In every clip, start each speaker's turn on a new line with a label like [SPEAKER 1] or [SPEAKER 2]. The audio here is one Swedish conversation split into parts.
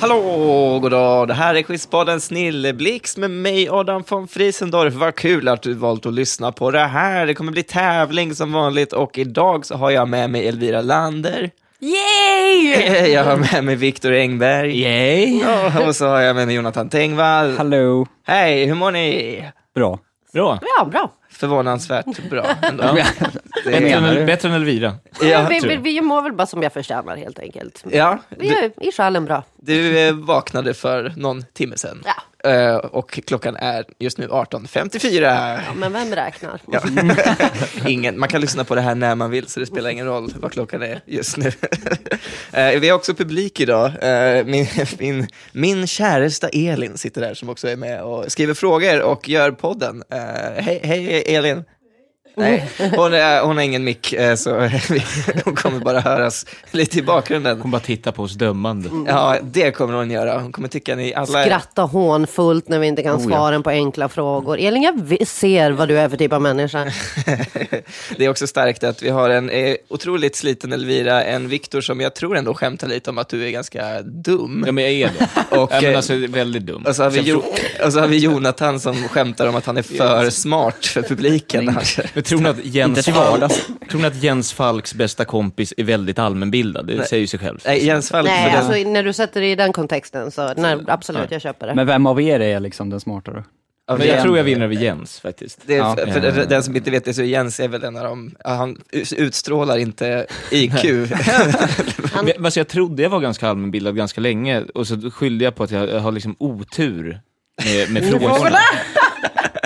[SPEAKER 1] Hallå, goddag! Det här är Quizpodden Snilleblixt med mig, Adam von Friesendorf. Vad kul att du valt att lyssna på det här. Det kommer bli tävling som vanligt och idag så har jag med mig Elvira Lander.
[SPEAKER 2] Yay!
[SPEAKER 1] Jag har med mig Viktor Engberg.
[SPEAKER 3] Yay!
[SPEAKER 1] Ja, Och så har jag med mig Jonathan Tengvall.
[SPEAKER 3] Hallå!
[SPEAKER 1] Hej, hur mår ni?
[SPEAKER 3] Bra. Bra.
[SPEAKER 2] Ja, bra.
[SPEAKER 1] Förvånansvärt bra. ändå. Det
[SPEAKER 3] Bättre
[SPEAKER 1] är,
[SPEAKER 3] än,
[SPEAKER 4] Menar du?
[SPEAKER 3] bättre än Elvira.
[SPEAKER 1] ja,
[SPEAKER 2] vi, vi,
[SPEAKER 3] tror-
[SPEAKER 2] vi mår väl bara som jag förtjänar helt enkelt.
[SPEAKER 1] ja,
[SPEAKER 2] Vi
[SPEAKER 1] du,
[SPEAKER 2] är i själen bra.
[SPEAKER 1] du eh, vaknade för någon timme sedan.
[SPEAKER 2] Ja.
[SPEAKER 1] Eh, Och klockan är just nu 18.54.
[SPEAKER 2] Ja, men vem räknar?
[SPEAKER 1] Ja. Ingen, man kan lyssna på det här när man vill, så det spelar ingen roll vad klockan är just nu. Eh, Vi har också publik idag. Eh, Min, min, min käresta Elin sitter där som också är med och skriver frågor och gör podden. Eh, Hej, hej Elin! Nej, hon, är, hon har ingen mick, eh, så vi- hon kommer bara höras lite i bakgrunden.
[SPEAKER 3] Hon bara tittar på oss dömande.
[SPEAKER 1] Ja, det kommer hon göra. Hon kommer tycka ni alla... är-
[SPEAKER 2] Skratta hånfullt när vi inte kan
[SPEAKER 3] ja.
[SPEAKER 2] svaren på enkla frågor. Elin, jag vi- ser vad du är för typ av människa.
[SPEAKER 1] det är också starkt att vi har en eh, otroligt sliten Elvira, en Viktor som jag tror ändå skämtar lite om att du är ganska dum.
[SPEAKER 3] Ja, men jag är det.
[SPEAKER 1] Och,
[SPEAKER 3] ja,
[SPEAKER 1] eh,
[SPEAKER 3] men alltså, det är väldigt dum.
[SPEAKER 1] Och så, har vi
[SPEAKER 3] Sen
[SPEAKER 1] jo-
[SPEAKER 3] frå-
[SPEAKER 1] och så har vi Jonathan som skämtar om att han är för smart för publiken.
[SPEAKER 3] men tror ni att Jens,
[SPEAKER 4] till
[SPEAKER 3] Falk, tror ni att Jens Falks bästa kompis är väldigt allmänbildad? Det
[SPEAKER 1] Nej.
[SPEAKER 3] säger ju sig självt.
[SPEAKER 1] Nej, Jens Falk, för
[SPEAKER 2] Nej,
[SPEAKER 1] den,
[SPEAKER 2] alltså när du sätter det i den kontexten så nej, absolut, jag köper det.
[SPEAKER 4] Men vem av er är liksom den smartare?
[SPEAKER 1] av
[SPEAKER 3] Men jag
[SPEAKER 1] Jens-
[SPEAKER 3] tror jag vinner över Jens faktiskt.
[SPEAKER 1] det är,
[SPEAKER 3] Ja.
[SPEAKER 1] för, för den som inte vet det så Jens är väl en av dem, han utstrålar inte IQ.
[SPEAKER 3] Men, men alltså, jag trodde jag var ganska allmänbildad ganska länge och så skyllde jag på att jag, jag har liksom otur med, med frågorna.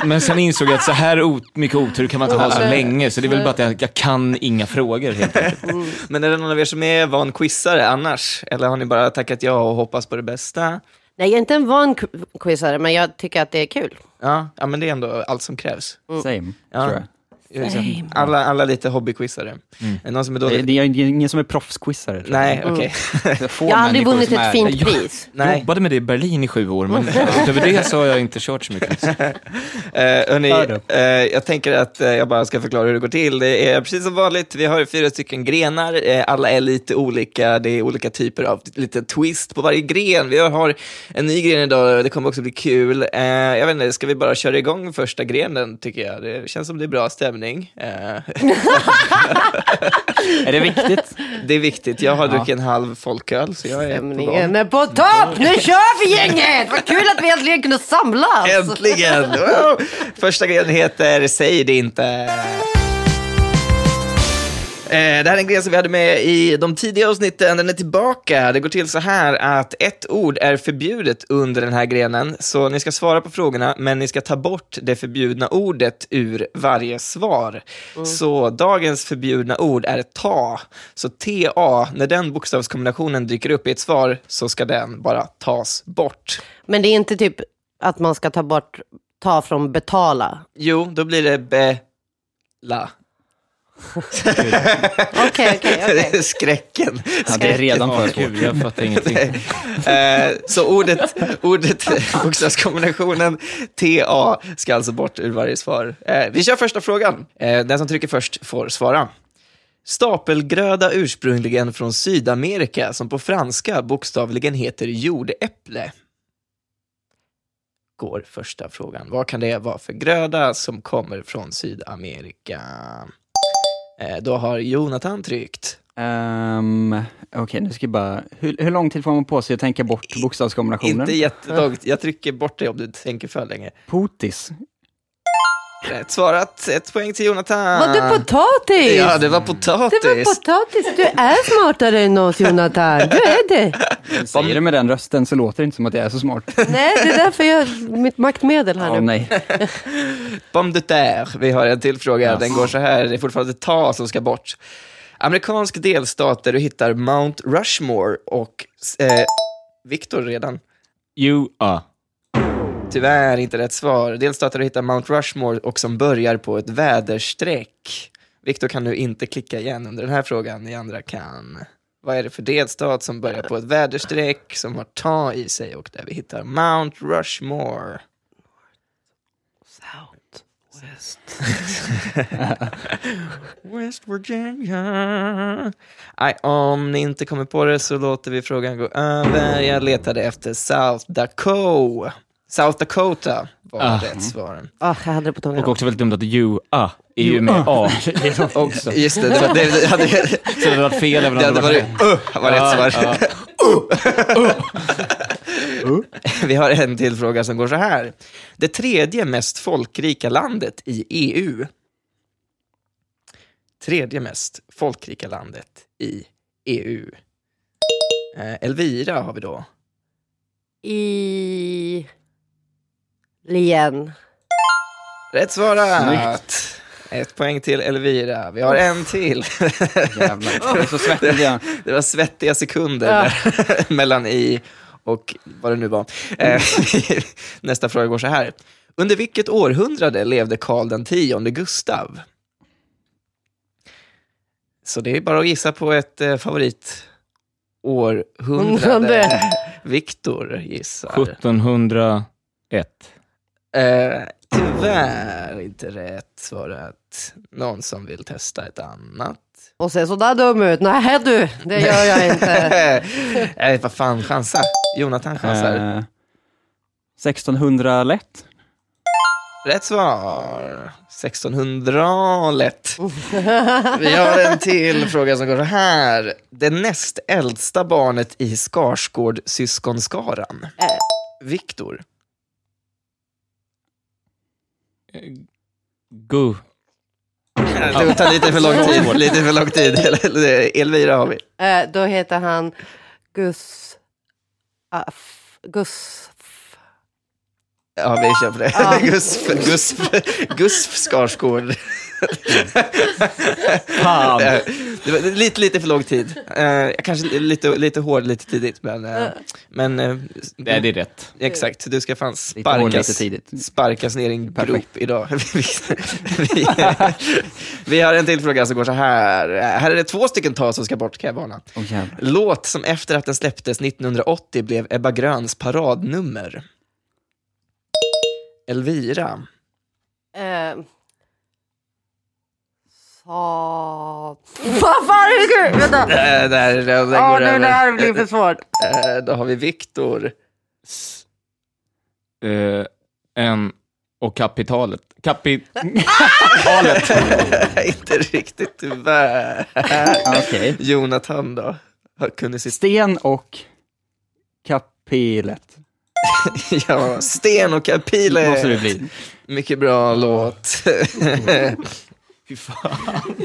[SPEAKER 3] Men sen insåg jag att så här o- mycket otur kan man inte ha så länge, så det är väl bara att jag, jag kan inga frågor helt enkelt.
[SPEAKER 1] Men är det någon av er som är van quizare annars? Eller har ni bara tackat ja och hoppas på det bästa?
[SPEAKER 2] Nej, jag är inte en van qu- quizare, men jag tycker att det är kul.
[SPEAKER 1] Ja, ja men det är ändå allt som krävs.
[SPEAKER 2] Mm.
[SPEAKER 4] Same,
[SPEAKER 1] Ja.
[SPEAKER 4] tror jag.
[SPEAKER 1] Liksom, Alla, alla lite hobbyquizare. Mm. Någon som är Mm.
[SPEAKER 4] Det,
[SPEAKER 1] dålig?
[SPEAKER 4] det är ju ingen som är proffsquizare. tror jag.
[SPEAKER 1] Nej, okej.
[SPEAKER 4] Det är få
[SPEAKER 2] Jag har aldrig
[SPEAKER 4] människor
[SPEAKER 2] vunnit
[SPEAKER 4] som
[SPEAKER 2] ett
[SPEAKER 4] är-
[SPEAKER 2] fint
[SPEAKER 3] Jag-
[SPEAKER 2] pris.
[SPEAKER 3] Jag
[SPEAKER 1] Nej.
[SPEAKER 3] jobbade med det i Berlin i sju år, men utöver det så har jag inte kört så mycket.
[SPEAKER 1] Eh, hörni,
[SPEAKER 4] Hör du?
[SPEAKER 1] eh, jag tänker att eh, jag bara ska förklara hur det går till. Det är precis som vanligt, vi har fyra stycken grenar. Eh, alla är lite olika, det är olika typer av lite twist på varje gren. Vi har en ny gren idag, det kommer också bli kul. Eh, jag vet inte, ska vi bara köra igång första grenen tycker jag? Det känns som det är bra stämning. Eh,
[SPEAKER 4] Är det viktigt?
[SPEAKER 1] det är viktigt, jag har druckit en halv folköl så jag är på gång.
[SPEAKER 2] Stämningen är på topp! Nu kör vi gänget! Vad kul att vi äntligen kunde samlas!
[SPEAKER 1] Äntligen! Wow! Första grejen heter Säg det inte. Eh, Det här är en grej som vi hade med i de tidiga avsnitten. Den är tillbaka. Det går till så här att ett ord är förbjudet under den här grenen. Så ni ska svara på frågorna, men ni ska ta bort det förbjudna ordet ur varje svar. Så dagens förbjudna ord är ta. Så ta, när den bokstavskombinationen dyker upp i ett svar så ska den bara tas bort.
[SPEAKER 2] Men det är inte typ att man ska ta bort, ta från betala.
[SPEAKER 1] Jo, då blir det be... La.
[SPEAKER 2] Okej, okej, okej.
[SPEAKER 1] Skräcken.
[SPEAKER 4] Ja, det är redan för svårt.
[SPEAKER 3] Kul, jag fattar ingenting.
[SPEAKER 1] Eh, så ordet, ordet bokstavskombinationen TA ska alltså bort ur varje svar. Eh, vi kör första frågan. Eh, den som trycker först får svara. Stapelgröda ursprungligen från Sydamerika som på franska bokstavligen heter jordäpple. Går första frågan. Vad kan det vara för gröda som kommer från Sydamerika? Eh, då har Jonathan tryckt.
[SPEAKER 4] Ehm, Okej, nu ska jag bara... Hur, hur lång tid får man på sig att tänka bort bokstavskombinationen?
[SPEAKER 1] Inte jättelångt. Jag trycker bort det om du tänker för länge.
[SPEAKER 4] Potis.
[SPEAKER 1] Rätt svarat. Ett poäng till Jonathan.
[SPEAKER 2] Var du potatis?
[SPEAKER 1] Ja, det var potatis.
[SPEAKER 2] det var potatis. Du är smartare än oss Jonathan. Du är det.
[SPEAKER 4] Säger det med den rösten så låter det inte som att jag är så smart.
[SPEAKER 2] Nej, det är därför jag mitt maktmedel här
[SPEAKER 4] Åh
[SPEAKER 2] nu.
[SPEAKER 4] nej.
[SPEAKER 1] Pomme de terre. Vi har en till fråga. Den går så här. Det är fortfarande ta som ska bort. Amerikansk delstat där du hittar Mount Rushmore och... Eh, Viktor redan.
[SPEAKER 3] You are.
[SPEAKER 1] Tyvärr inte rätt svar. Delstater du hittar Mount Rushmore och som börjar på ett väderstreck. Viktor kan nu inte klicka igen under den här frågan. Ni andra kan. Vad är det för delstat som börjar på ett väderstreck, som har ta i sig och där vi hittar Mount Rushmore?
[SPEAKER 2] Sound.
[SPEAKER 1] West. West Virginia. Nej, om ni inte kommer på det så låter vi frågan gå över. Jag letade efter South Dakota. South Dakota var
[SPEAKER 3] Ah.
[SPEAKER 1] rätt svar.
[SPEAKER 2] Ah, jag hade det på tungan.
[SPEAKER 3] Och också väldigt dumt att you, ah, är ju med a. också.
[SPEAKER 1] Just det, det, var- det, det hade,
[SPEAKER 3] Så det hade varit fel även om
[SPEAKER 1] det hade varit uh, var rätt svar.
[SPEAKER 3] Ja,
[SPEAKER 1] Vi har en till fråga som går så här. Det tredje mest folkrika landet i EU. Tredje mest folkrika landet i EU. Eh, Elvira har vi då.
[SPEAKER 2] I... Lien.
[SPEAKER 1] Rätt svarat! Ett poäng till Elvira. Vi har en till.
[SPEAKER 4] Jävlar. Jag är så svettig jag blir.
[SPEAKER 1] Det var svettiga sekunder där, mellan i och vad det nu var. Eh, Nästa fråga går så här. Under vilket århundrade levde Karl den tionde Gustav? Så det är bara att gissa på ett eh, favorit århundrade.
[SPEAKER 2] Hundrade.
[SPEAKER 1] Viktor gissar.
[SPEAKER 3] 1701.
[SPEAKER 1] Eh, tyvärr inte rätt svarat. Någon som vill testa ett annat?
[SPEAKER 2] Och ser sådär dum ut. Nej du, det gör jag inte.
[SPEAKER 1] Nej, vad fan, chansa. Jonathan chansar.
[SPEAKER 4] Eh, 1600 lätt.
[SPEAKER 1] Rätt svar. 1600 lätt. Vi har en till fråga som går så här. Det näst äldsta barnet i Skarsgård-syskonskaran. Viktor.
[SPEAKER 3] Gu.
[SPEAKER 1] Det tar lite för lång tid. Lite för lång tid. Elvira har vi.
[SPEAKER 2] Eh, Då heter han Gus... Af... Gus...
[SPEAKER 1] Ja, vi kör på det.
[SPEAKER 2] Ja.
[SPEAKER 1] Gusf, Gusf, Gusf Skarsgård.
[SPEAKER 3] Fan.
[SPEAKER 1] Eh, Det var lite, lite för lång tid. Eh, Jag kanske är lite, lite hård lite tidigt, men... eh, men eh,
[SPEAKER 3] Nej, det är rätt.
[SPEAKER 1] Exakt, du ska fan
[SPEAKER 4] Typ. Lite hål
[SPEAKER 1] sparkas,
[SPEAKER 4] lite tidigt.
[SPEAKER 1] sparkas ner i en
[SPEAKER 4] Perfekt.
[SPEAKER 1] grop idag. vi, vi, vi har en till fråga som går så här. Här är det två stycken tal som ska bort, kan jag varna.
[SPEAKER 4] Åh, jävlar.
[SPEAKER 1] Låt som efter att den släpptes 1980 blev Ebba Gröns paradnummer. Elvira.
[SPEAKER 2] Eh, sa... Vad fan är det kul? Vänta!
[SPEAKER 1] Äh, där, där, där
[SPEAKER 2] Ja,
[SPEAKER 1] går
[SPEAKER 2] nu det
[SPEAKER 1] över.
[SPEAKER 2] här blir för svårt.
[SPEAKER 1] Äh, då har vi Viktor.
[SPEAKER 3] S- eh, en och kapitalet. Kapitalet.
[SPEAKER 1] Inte riktigt, tyvärr.
[SPEAKER 4] Okej.
[SPEAKER 1] Jonathan då? Har- Kunde sitt
[SPEAKER 4] Sten och kapilet.
[SPEAKER 1] Ja, Sten och Kapile.
[SPEAKER 3] Måste det bli.
[SPEAKER 1] Mycket bra låt.
[SPEAKER 3] Fy fan.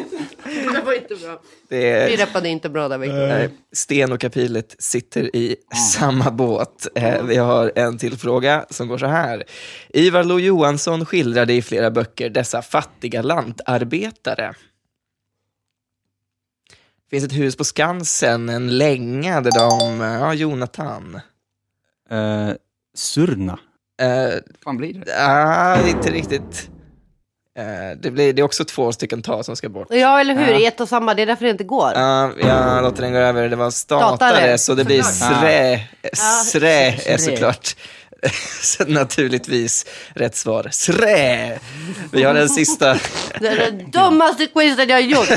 [SPEAKER 2] Det var inte bra.
[SPEAKER 1] Det
[SPEAKER 2] Vi
[SPEAKER 1] är,
[SPEAKER 2] repade inte bra där, Viktor.
[SPEAKER 1] nej, Sten och Kapilet sitter i samma båt. Eh, Vi har en till fråga som går så här. Ivar Lo-Johansson skildrade i flera böcker dessa fattiga lantarbetare. Det finns ett hus på Skansen, en länga där de... Ja, Jonathan.
[SPEAKER 4] Eh, Surna.
[SPEAKER 1] Eh,
[SPEAKER 4] Fan blir det?
[SPEAKER 1] ah, inte riktigt. Eh, det, blir, det är också två stycken ta som ska bort.
[SPEAKER 2] Ja, eller hur? I ett och samma. Det är därför det inte går.
[SPEAKER 1] Ja, jag låter den gå över. Det var statare,
[SPEAKER 2] Statare,
[SPEAKER 1] så det blir
[SPEAKER 2] såklart.
[SPEAKER 1] srä.
[SPEAKER 2] Ja.
[SPEAKER 1] Srä är
[SPEAKER 4] Srä.
[SPEAKER 1] såklart så naturligtvis rätt svar. Srä! Vi har den sista.
[SPEAKER 2] Det är det dummaste quizet jag har gjort.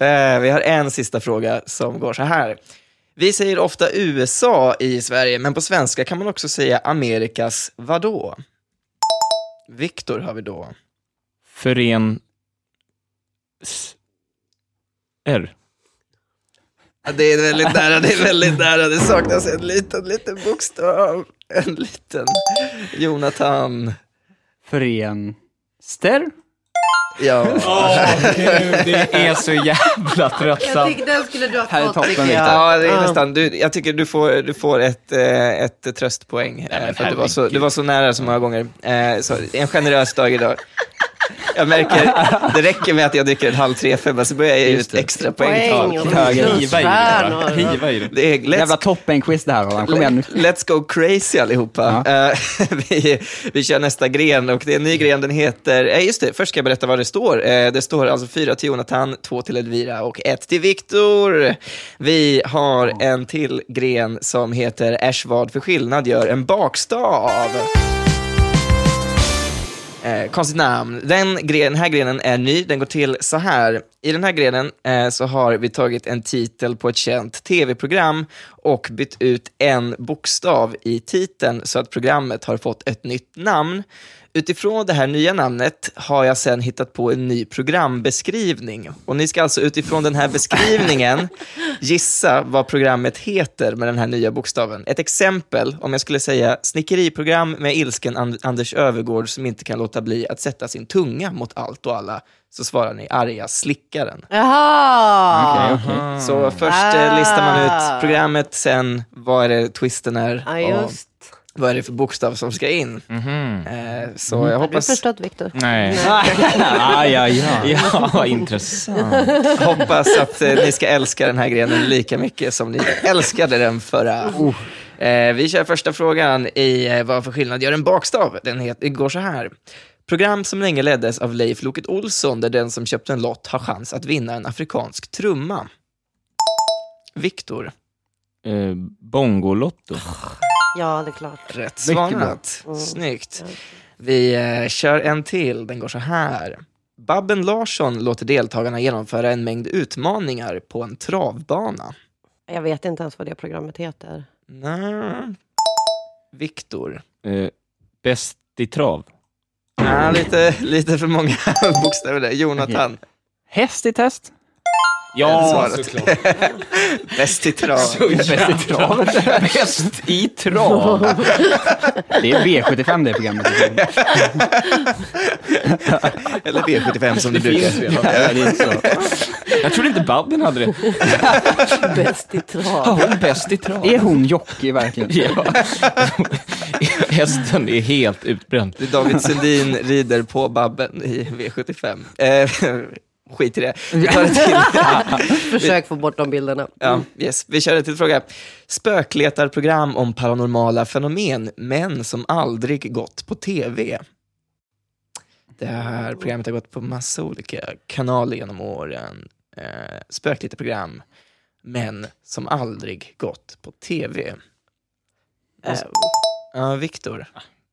[SPEAKER 1] Eh, Vi har en sista fråga som går så här. Vi säger ofta USA i Sverige, men på svenska kan man också säga Amerikas vadå? Viktor har vi då.
[SPEAKER 3] Fören... S- R.
[SPEAKER 1] Ja, Det är väldigt nära, det är väldigt nära. Det saknas en liten, liten bokstav. En liten. Jonathan.
[SPEAKER 4] Förenster?
[SPEAKER 1] Ja.
[SPEAKER 3] det är så jävla
[SPEAKER 2] Jag
[SPEAKER 3] tröttsamt.
[SPEAKER 2] tyckte den skulle du
[SPEAKER 4] Här
[SPEAKER 2] ha
[SPEAKER 4] är
[SPEAKER 2] fått,
[SPEAKER 4] toppen,
[SPEAKER 2] tycker
[SPEAKER 4] Viktor.
[SPEAKER 2] jag.
[SPEAKER 1] Ja, det är
[SPEAKER 2] Ja.
[SPEAKER 1] nästan. Du, jag tycker du får, du får ett, eh, ett tröstpoäng. eh,
[SPEAKER 3] men
[SPEAKER 1] för att du, var så,
[SPEAKER 3] herregud.
[SPEAKER 1] du var så nära så många gånger. Eh, Så det är en generös dag idag. Jag märker, det räcker med att jag dricker en halv tre femma så börjar jag ge
[SPEAKER 3] Just
[SPEAKER 1] ut
[SPEAKER 3] det.
[SPEAKER 1] extra poäng.
[SPEAKER 2] Poäng och
[SPEAKER 3] Hiva i det. bara.
[SPEAKER 2] plusvärn. och-
[SPEAKER 3] Hiva i det.
[SPEAKER 1] Det är
[SPEAKER 4] Jävla
[SPEAKER 1] let's,
[SPEAKER 4] toppenquiz det här Adam. Kom igen nu.
[SPEAKER 1] let's go crazy allihopa. Eh, vi, vi kör nästa gren och det är en ny gren, den heter, eh, just det, först ska jag berätta vad det står. Eh, det står alltså fyra till Jonathan, två till Elvira och ett till Viktor. Vi har en till gren som heter Äsch vad för skillnad gör en bakstav? Eh, konstigt namn. Den, gre- den här grenen är ny. Den går till så här. I den här grenen eh, så har vi tagit en titel på ett känt tv-program och bytt ut en bokstav i titeln så att programmet har fått ett nytt namn. Utifrån det här nya namnet har jag sedan hittat på en ny programbeskrivning. Och ni ska alltså utifrån den här beskrivningen gissa vad programmet heter med den här nya bokstaven. Ett exempel, om jag skulle säga snickeriprogram med ilsken And- Anders Övergård som inte kan låta bli att sätta sin tunga mot allt och alla, så svarar ni arga slickaren.
[SPEAKER 2] Jaha!
[SPEAKER 4] Okej, okej.
[SPEAKER 1] Så först eh, listar man
[SPEAKER 2] Ah.
[SPEAKER 1] ut programmet, sen vad är det twisten är
[SPEAKER 2] Ja,
[SPEAKER 1] och
[SPEAKER 2] just.
[SPEAKER 1] vad är det för bokstav som ska in.
[SPEAKER 3] Mm.
[SPEAKER 1] Eh, Så jag
[SPEAKER 2] Har du
[SPEAKER 1] hoppas...
[SPEAKER 2] förstått Viktor?
[SPEAKER 3] Mhm. Nej.
[SPEAKER 4] Ah, ja, ja.
[SPEAKER 3] Ja, vad intressant.
[SPEAKER 1] Hoppas att eh, ni ska älska den här grenen lika mycket som ni älskade den förra. Eh, vi kör första frågan i eh, vad för skillnad gör en bakstav? Den heter, går så här. Program som länge leddes av Leif Loket Olsson där den som köpte en lott har chans att vinna en afrikansk trumma. Viktor,
[SPEAKER 3] Eh, Bongolotto.
[SPEAKER 2] Ja, det är klart.
[SPEAKER 1] rätt
[SPEAKER 4] Mycket bra.
[SPEAKER 1] svarat.
[SPEAKER 2] Mm.
[SPEAKER 1] Snyggt. Vi eh, kör en till, den går så här. Babben Larsson låter deltagarna genomföra en mängd utmaningar på en travbana.
[SPEAKER 2] Jag vet inte ens vad det programmet heter.
[SPEAKER 1] Nej. Viktor.
[SPEAKER 3] Eh, Bäst i trav.
[SPEAKER 1] Nej, lite, lite för många bokstäver där. Jonathan.
[SPEAKER 4] Häst i test?
[SPEAKER 1] Ja, såklart. Bäst i trav.
[SPEAKER 4] Bäst i trav.
[SPEAKER 3] Bäst i trav.
[SPEAKER 4] Det är V75 det programmet.
[SPEAKER 1] Eller V75 som du brukar.
[SPEAKER 3] redan. Jag trodde inte Babben hade det.
[SPEAKER 2] Bäst i trav.
[SPEAKER 3] Hon bäst i trav.
[SPEAKER 4] Är hon jockey verkligen?
[SPEAKER 3] Ja. Hästen är helt utbränd.
[SPEAKER 1] Det är David Sundin rider på Babben i V75. Eh, skit i det. Vi tar det till.
[SPEAKER 2] Försök få bort de bilderna.
[SPEAKER 1] Ja, yes. Vi kör en till fråga. Spökletarprogram om paranormala fenomen, men som aldrig gått på tv. Det här programmet har gått på massa olika kanaler genom åren. Eh, Spökletarprogram, men som aldrig gått på tv.
[SPEAKER 2] Eh,
[SPEAKER 1] Alltså. Ja, Viktor.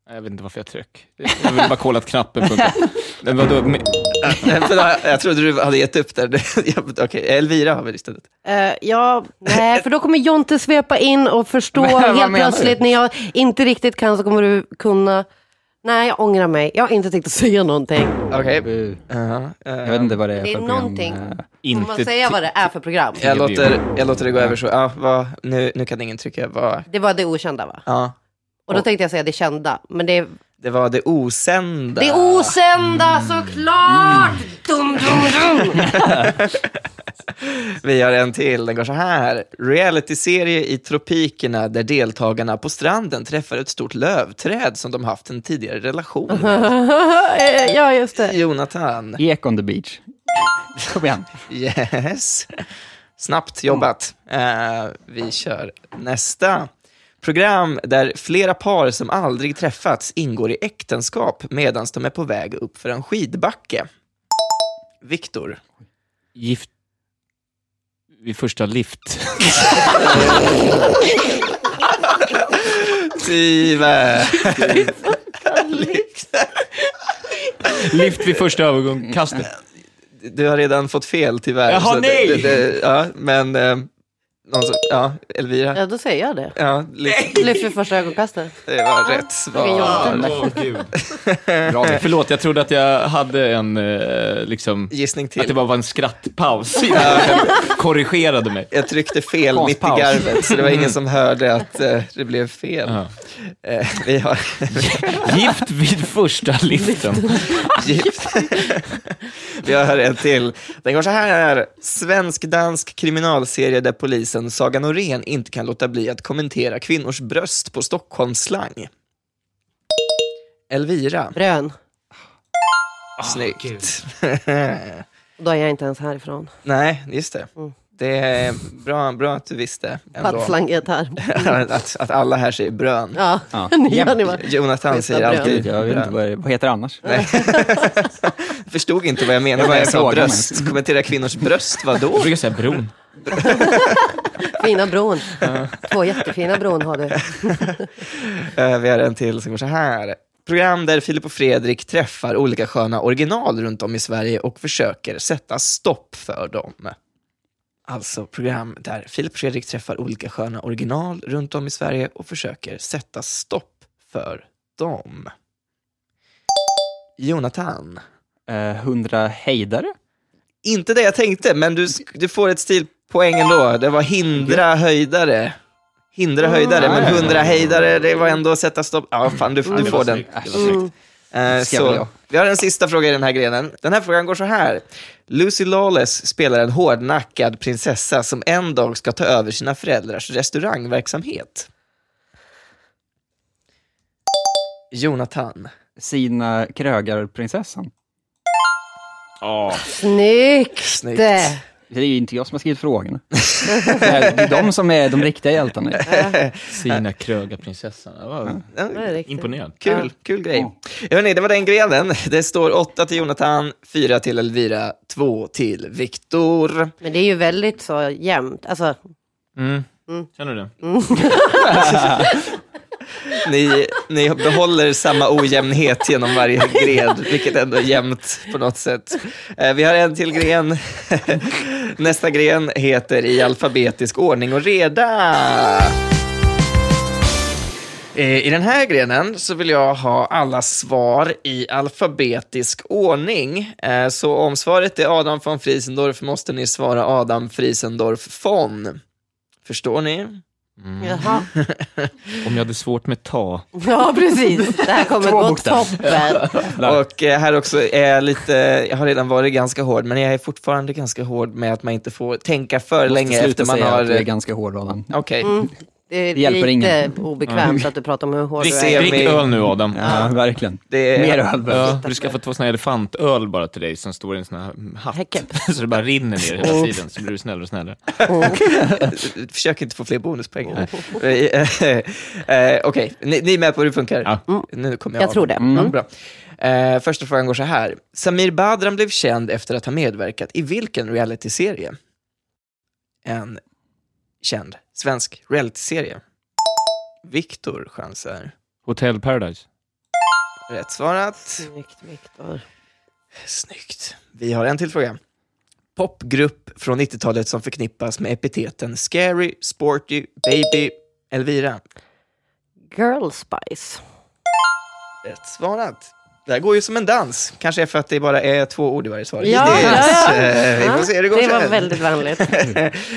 [SPEAKER 3] Jag vet inte varför jag tryck. Jag ville bara kolla att knappen funkar. Men vadå? men-
[SPEAKER 1] Eh, förlåt, jag trodde du hade gett upp där. Ja, Okej, Elvira har vi listat ut.
[SPEAKER 2] Eh, ja, nej, för då kommer Jonte svepa in och förstå
[SPEAKER 4] Men vad
[SPEAKER 2] helt
[SPEAKER 4] menar
[SPEAKER 2] plötsligt när jag inte riktigt kan så kommer du kunna... Nej, jag ångrar mig. Jag har inte tänkt att säga någonting.
[SPEAKER 1] Okej. eh,
[SPEAKER 4] Bu.
[SPEAKER 1] Ja, eh,
[SPEAKER 4] Jag vet inte vad det är
[SPEAKER 2] Det är
[SPEAKER 4] för
[SPEAKER 2] någonting.
[SPEAKER 4] program. eh,
[SPEAKER 2] Får man säga vad det är för program?
[SPEAKER 1] jag, låter, jag låter det gå över så. Ja, vad, nu, nu kan ingen trycka. Vad,
[SPEAKER 2] Det var det okända va?
[SPEAKER 1] ja.
[SPEAKER 2] Och då tänkte jag säga det kända, men det är,
[SPEAKER 1] Det var det osända.
[SPEAKER 2] det är osända
[SPEAKER 1] Mm.
[SPEAKER 2] såklart! Dum, dum, dum!
[SPEAKER 1] Vi har en till, den går så här. Realityserie i tropikerna där deltagarna på stranden träffar ett stort lövträd som de haft en tidigare relation med.
[SPEAKER 2] Eh, ja, just det.
[SPEAKER 1] Jonathan,
[SPEAKER 4] Ek on the beach. Kom igen.
[SPEAKER 1] yes. Snabbt jobbat. Eh, vi kör nästa. Program där flera par som aldrig träffats ingår i äktenskap medan de är på väg upp för en skidbacke. Viktor.
[SPEAKER 3] Gift vid första lift.
[SPEAKER 1] Tyve.
[SPEAKER 3] lift vid första övergång. Kastet.
[SPEAKER 1] du har redan fått fel tyvärr.
[SPEAKER 3] Jaha,
[SPEAKER 1] så det-
[SPEAKER 3] nej!
[SPEAKER 1] Det, det, ja, men... Eh, någon som, ja, Elvira.
[SPEAKER 2] Ja, då säger jag det.
[SPEAKER 1] Ja, li-
[SPEAKER 2] Lyft vid första ögonkastet.
[SPEAKER 1] det var rätt svar.
[SPEAKER 4] Bra.
[SPEAKER 3] Förlåt, jag trodde att jag hade en, eh, liksom,
[SPEAKER 1] Gissning till.
[SPEAKER 3] att det bara var en skrattpaus innan jag korrigerade mig.
[SPEAKER 1] Jag tryckte fel mitt i
[SPEAKER 3] Konstpaus. Mm.
[SPEAKER 1] garvet, så det var ingen som hörde att eh, det blev fel.
[SPEAKER 3] Ja.
[SPEAKER 1] Eh, vi har
[SPEAKER 3] Gift vid första liften.
[SPEAKER 1] gift. vi har en till. Den går så här. Svensk-dansk kriminalserie där polisen Saga Norén inte kan låta bli att kommentera kvinnors bröst på Stockholmsslang. Elvira.
[SPEAKER 2] Brön.
[SPEAKER 1] Snyggt.
[SPEAKER 2] Då är jag inte ens härifrån.
[SPEAKER 1] Nej, just det.
[SPEAKER 2] Mm.
[SPEAKER 1] Det är bra, bra att du visste ändå.
[SPEAKER 2] Pattslanget här.
[SPEAKER 1] att, att alla här säger brön.
[SPEAKER 2] Ja,
[SPEAKER 4] Ja.
[SPEAKER 2] ni gör ni va?
[SPEAKER 1] Jonathan säger
[SPEAKER 2] brön.
[SPEAKER 1] alltid
[SPEAKER 4] Jag vet inte
[SPEAKER 1] brön.
[SPEAKER 4] vad, det, vad heter det annars?
[SPEAKER 1] Förstod inte vad jag menade när
[SPEAKER 4] Jag
[SPEAKER 1] jag sa
[SPEAKER 4] frågar mig.
[SPEAKER 1] bröst. Kommentera kvinnors bröst, vadå?
[SPEAKER 3] Jag brukar säga bron.
[SPEAKER 2] Fina bron. Två jättefina bron har du.
[SPEAKER 1] Eh, Vi har en till som går så här. program där Filip och Fredrik träffar olika sköna original runt om i Sverige och försöker sätta stopp för dem. Alltså program där Filip och Fredrik träffar olika sköna original runt om i Sverige och försöker sätta stopp för dem. Jonathan.
[SPEAKER 4] Eh, Hundra hejdare?
[SPEAKER 1] Inte det jag tänkte, men du, sk- du får ett stilpoäng ändå. Det var hindra höjdare. Hindra höjdare, men
[SPEAKER 4] nej.
[SPEAKER 1] hundra hejdare, det var ändå att sätta stopp. Ja, fan, du, du får den. Eh,
[SPEAKER 4] Ska väl
[SPEAKER 1] så,
[SPEAKER 4] jag.
[SPEAKER 1] vi har en sista fråga i den här grenen. Den här frågan går så här. Lucy Lawless spelar en hårdnackad prinsessa som en dag ska ta över sina föräldrars restaurangverksamhet. Jonathan.
[SPEAKER 4] Sina krögarprinsessan.
[SPEAKER 3] Ja.
[SPEAKER 2] Snyggt!
[SPEAKER 1] Snyggt.
[SPEAKER 4] Det är ju inte jag som har skrivit frågorna. Det är det är de som är de riktiga hjältarna.
[SPEAKER 3] Sina krögarprinsessan. Jag var
[SPEAKER 1] Ja,
[SPEAKER 2] Det är riktigt.
[SPEAKER 3] imponerad.
[SPEAKER 1] Kul, kul grej.
[SPEAKER 4] Ja.
[SPEAKER 1] Hörrni, det var den grenen. Det står 8 till Jonathan, 4 till Elvira, 2 till Viktor.
[SPEAKER 2] Men det är ju väldigt så jämnt. Alltså,
[SPEAKER 3] Känner du det?
[SPEAKER 1] Ni, ni behåller samma ojämnhet genom varje gren, vilket ändå är jämnt på något sätt. Eh, Vi har en till gren. Nästa gren heter i alfabetisk ordning och reda. Eh, I den här grenen så vill jag ha alla svar i alfabetisk ordning. Eh, Så om svaret är Adam von Friesendorf måste ni svara Adam Friesendorf von. Förstår ni?
[SPEAKER 4] Mm.
[SPEAKER 2] jaha.
[SPEAKER 3] Om jag hade svårt med ta.
[SPEAKER 2] Ja, precis. Det här kommer gå toppen.
[SPEAKER 1] Och eh, här också är jag lite, jag har redan varit ganska hård, men jag är fortfarande ganska hård med att man inte får tänka för länge efter man har...
[SPEAKER 4] Det är ganska hård Adam.
[SPEAKER 1] Okej,
[SPEAKER 2] Mm. Det är
[SPEAKER 4] Det hjälper
[SPEAKER 2] lite
[SPEAKER 4] ingen.
[SPEAKER 2] obekvämt att du pratar om hur hård du
[SPEAKER 1] Riktigt.
[SPEAKER 2] är.
[SPEAKER 3] Drick öl nu Adam.
[SPEAKER 4] Ja, verkligen.
[SPEAKER 1] det
[SPEAKER 4] Mer
[SPEAKER 1] är...
[SPEAKER 4] öl behövs.
[SPEAKER 3] Ja, du ska få två såna här elefantöl bara till dig som står i en sån här
[SPEAKER 2] Häcken.
[SPEAKER 3] hatt. Så det bara rinner ner hela tiden, så blir du snällare och snällare.
[SPEAKER 1] Försök inte få fler bonuspoäng. Eh, eh, eh, Okej, ni, ni är med på hur det funkar?
[SPEAKER 3] Ja.
[SPEAKER 1] Nu kommer jag
[SPEAKER 2] Jag
[SPEAKER 1] av.
[SPEAKER 2] tror det.
[SPEAKER 4] Mm.
[SPEAKER 2] Mm.
[SPEAKER 1] Ja, bra. Eh, första frågan går så här. Samir Badran blev känd efter att ha medverkat i vilken realityserie? En känd svensk realityserie. Viktor chansar.
[SPEAKER 3] Hotel Paradise.
[SPEAKER 1] Rätt svarat.
[SPEAKER 2] Snyggt, Viktor.
[SPEAKER 1] Snyggt. Vi har en till fråga. Popgrupp från 90-talet som förknippas med epiteten Scary, Sporty, Baby, Elvira.
[SPEAKER 2] Girl Spice.
[SPEAKER 1] Rätt svarat. Det här går ju som en dans. Kanske är för att det bara är två ord i varje svar.
[SPEAKER 2] Ja,
[SPEAKER 1] Hittills.
[SPEAKER 2] ja, ja.
[SPEAKER 1] Eh, Vi får se hur det går
[SPEAKER 2] Det var
[SPEAKER 1] sen.
[SPEAKER 2] väldigt vanligt.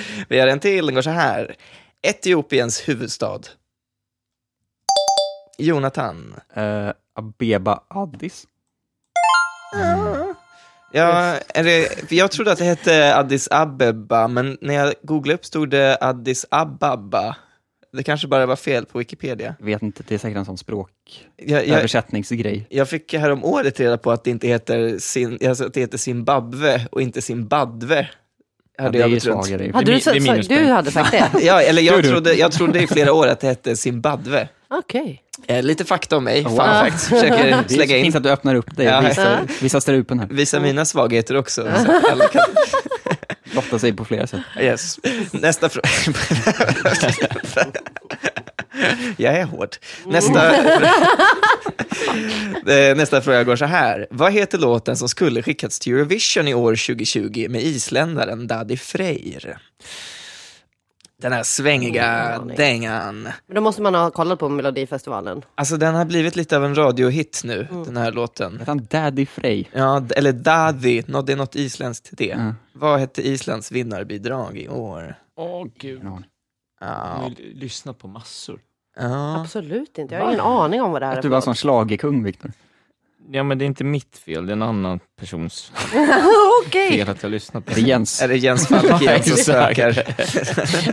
[SPEAKER 1] Vi har en till. Den går så här. Etiopiens huvudstad. Jonathan.
[SPEAKER 4] Eh, Abeba Addis.
[SPEAKER 1] Ja, är det, för jag trodde att det hette Addis Abeba, men när jag googlade upp stod det Addis Ababa. Det kanske bara var fel på Wikipedia.
[SPEAKER 4] Vet inte, det är säkert en sån språköversättningsgrej.
[SPEAKER 1] Jag, jag, jag fick härom året reda på att det inte heter, sin, alltså att det heter Zimbabwe och inte Zimbabwe.
[SPEAKER 4] Ja,
[SPEAKER 1] Hade
[SPEAKER 4] det är
[SPEAKER 1] jag
[SPEAKER 4] ju
[SPEAKER 1] gått runt.
[SPEAKER 4] svagare.
[SPEAKER 2] Hade
[SPEAKER 3] Det
[SPEAKER 2] du,
[SPEAKER 3] är
[SPEAKER 2] så,
[SPEAKER 3] min- det är
[SPEAKER 2] så,
[SPEAKER 3] minuspoäng.
[SPEAKER 2] du hade sagt det?
[SPEAKER 1] Ja, eller
[SPEAKER 3] Du,
[SPEAKER 1] jag
[SPEAKER 3] du.
[SPEAKER 1] trodde, jag trodde i flera år att det hette Zimbabwe.
[SPEAKER 2] Okej.
[SPEAKER 1] Eh, lite fakta om mig, fun
[SPEAKER 4] Wow.
[SPEAKER 1] facts. Försöker
[SPEAKER 4] Det är
[SPEAKER 1] slänga in
[SPEAKER 4] fint att du öppnar upp dig
[SPEAKER 1] Ja.
[SPEAKER 4] och visar, visar strupen här.
[SPEAKER 1] visa mina svagheter också. Så att alla kan
[SPEAKER 4] Blottar sig på flera sätt.
[SPEAKER 1] Yes. Nästa fråga. Jag är hård. Nästa, Eh, Nästa fråga går så här. Vad heter låten som skulle skickats till Eurovision i år 2020 med isländaren Daddy Freyr? Den här svängiga dängan.
[SPEAKER 2] Men då måste man ha kollat på Melodifestivalen.
[SPEAKER 1] Alltså den har blivit lite av en radiohit nu, den här låten.
[SPEAKER 4] Hette han Daddy Frey?
[SPEAKER 1] Ja, d- eller Daddy, nå- det är något isländskt till det.
[SPEAKER 4] Mm.
[SPEAKER 1] Vad hette Islands vinnarbidrag i år?
[SPEAKER 3] Åh gud.
[SPEAKER 4] Ingen aning.
[SPEAKER 1] Ja.
[SPEAKER 3] Lyssna på massor.
[SPEAKER 1] ja.
[SPEAKER 2] Absolut inte. Jag har ingen aning om vad det här är.
[SPEAKER 4] Att du var en
[SPEAKER 2] för
[SPEAKER 4] sån schlagerkung, Viktor.
[SPEAKER 3] Ja, men det är inte mitt fel, det är en annan persons
[SPEAKER 2] något. Okej.
[SPEAKER 3] fel att jag lyssnar på
[SPEAKER 4] Är det
[SPEAKER 3] det.
[SPEAKER 4] Jens?
[SPEAKER 1] Är det Jens Falk igen som
[SPEAKER 3] Exakt.
[SPEAKER 1] söker?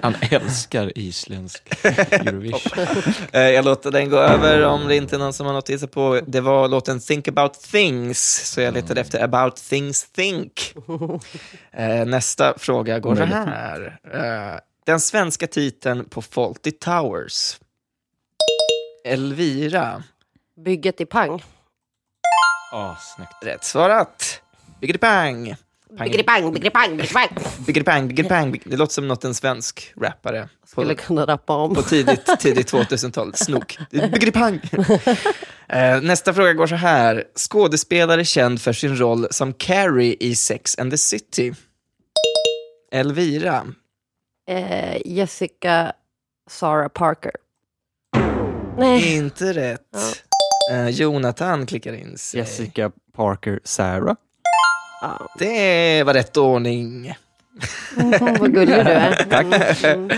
[SPEAKER 3] Han älskar isländsk Eurovision.
[SPEAKER 1] Eh, Jag låter den gå över om det inte är någon som har något att gissa på. Det var låten Think about things, så jag letade efter about things think. Eh, Nästa fråga går så här. Eh, Den svenska titeln på Fawlty Towers. Elvira.
[SPEAKER 2] Bygget i pang.
[SPEAKER 3] Ah, snyggt.
[SPEAKER 1] Rätt svarat. Biggity-bang.
[SPEAKER 2] Biggeri-pang, biggeri-pang, biggeri-pang.
[SPEAKER 1] Biggity-bang, biggity-bang. big- Det låter som något en svensk rappare på
[SPEAKER 2] Skulle kunna rappa om.
[SPEAKER 1] på tidigt, tidigt 2000-tal. Snok. Biggity-pang! Eh, nästa fråga går så här. Skådespelare känd för sin roll som Carrie i Sex and the City. Elvira.
[SPEAKER 2] Eh, Jessica Sarah Parker. Nej.
[SPEAKER 1] Inte rätt. Eh, Jonathan klickar in sig.
[SPEAKER 4] Jessica Parker Sarah.
[SPEAKER 2] Ja.
[SPEAKER 1] Det var rätt ordning.
[SPEAKER 2] Mm, vad gullig du är. Mm. Tack.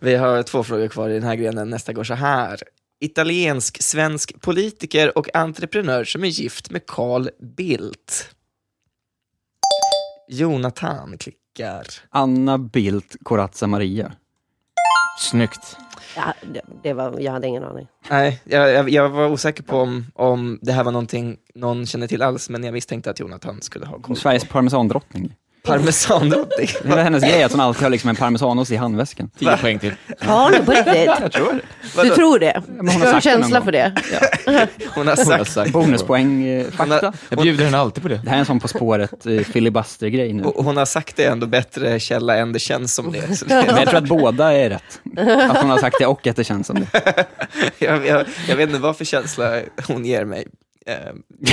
[SPEAKER 1] Vi har två frågor kvar i den här grenen. Nästa går så här. Italiensk-svensk politiker och entreprenör som är gift med Carl Bildt. Jonathan klickar.
[SPEAKER 4] Anna Bildt Corazza Maria.
[SPEAKER 3] Snyggt.
[SPEAKER 2] Ja, det, det var, jag hade ingen aning.
[SPEAKER 1] Nej, jag, jag, jag var osäker på om, om det här var någonting någon känner till alls, men jag misstänkte att Jonathan skulle ha koll.
[SPEAKER 4] Sveriges parmesandrottning.
[SPEAKER 1] Parmesandrottning.
[SPEAKER 4] Det är väl hennes grej att hon alltid har liksom en parmesanost i handväskan.
[SPEAKER 3] 10 poäng till.
[SPEAKER 2] Har ni på riktigt?
[SPEAKER 4] tror det.
[SPEAKER 2] Du tror det?
[SPEAKER 4] hon har
[SPEAKER 2] Du har en
[SPEAKER 4] sagt det
[SPEAKER 2] känsla
[SPEAKER 4] någon
[SPEAKER 2] för det?
[SPEAKER 1] Hon har
[SPEAKER 3] Hon har
[SPEAKER 1] sagt
[SPEAKER 3] sagt
[SPEAKER 4] Bonuspoäng, eh,
[SPEAKER 1] Hon har-
[SPEAKER 4] fakta.
[SPEAKER 3] Jag bjuder henne alltid på det.
[SPEAKER 4] Det här är en sån På spåret eh, filibuster-grej nu.
[SPEAKER 1] Och Hon har sagt det ändå bättre källa än det känns som det. Så det
[SPEAKER 4] Men jag tror att båda är rätt. Att hon har sagt det och att det känns som det.
[SPEAKER 1] jag, jag, jag vet inte vad för känsla hon ger mig. Eh,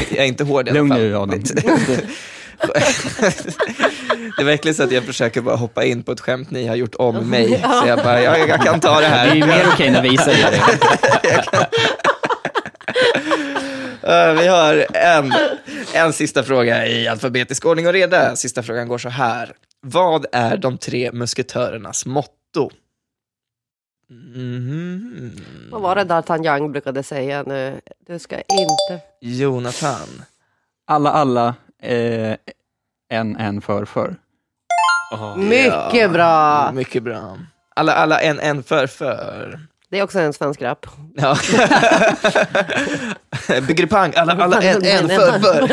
[SPEAKER 1] Jag är inte hård i alla
[SPEAKER 4] Lugn
[SPEAKER 1] fall.
[SPEAKER 4] nu Adam.
[SPEAKER 1] Det är verkligen så att jag försöker bara hoppa in på ett skämt ni har gjort om mig. Så jag bara, jag, jag kan ta det
[SPEAKER 4] Det är ju
[SPEAKER 1] här.
[SPEAKER 4] mer okej när vi säger det.
[SPEAKER 1] Eh, Vi har en, en sista fråga i alfabetisk ordning och reda. Sista frågan går så här. Vad är de tre musketörernas motto? Mhm.
[SPEAKER 2] Vad var det D'Artagnan Young brukade säga nu? Du ska inte...
[SPEAKER 1] Jonathan.
[SPEAKER 4] Alla, alla, eh, en, en, för, för.
[SPEAKER 2] Mycket
[SPEAKER 1] Ja,
[SPEAKER 2] bra!
[SPEAKER 1] Mycket bra. Alla, alla en, en för, för.
[SPEAKER 2] Det är också en svensk rap.
[SPEAKER 1] Ja. Biggerpang, alla, alla en, en för, för.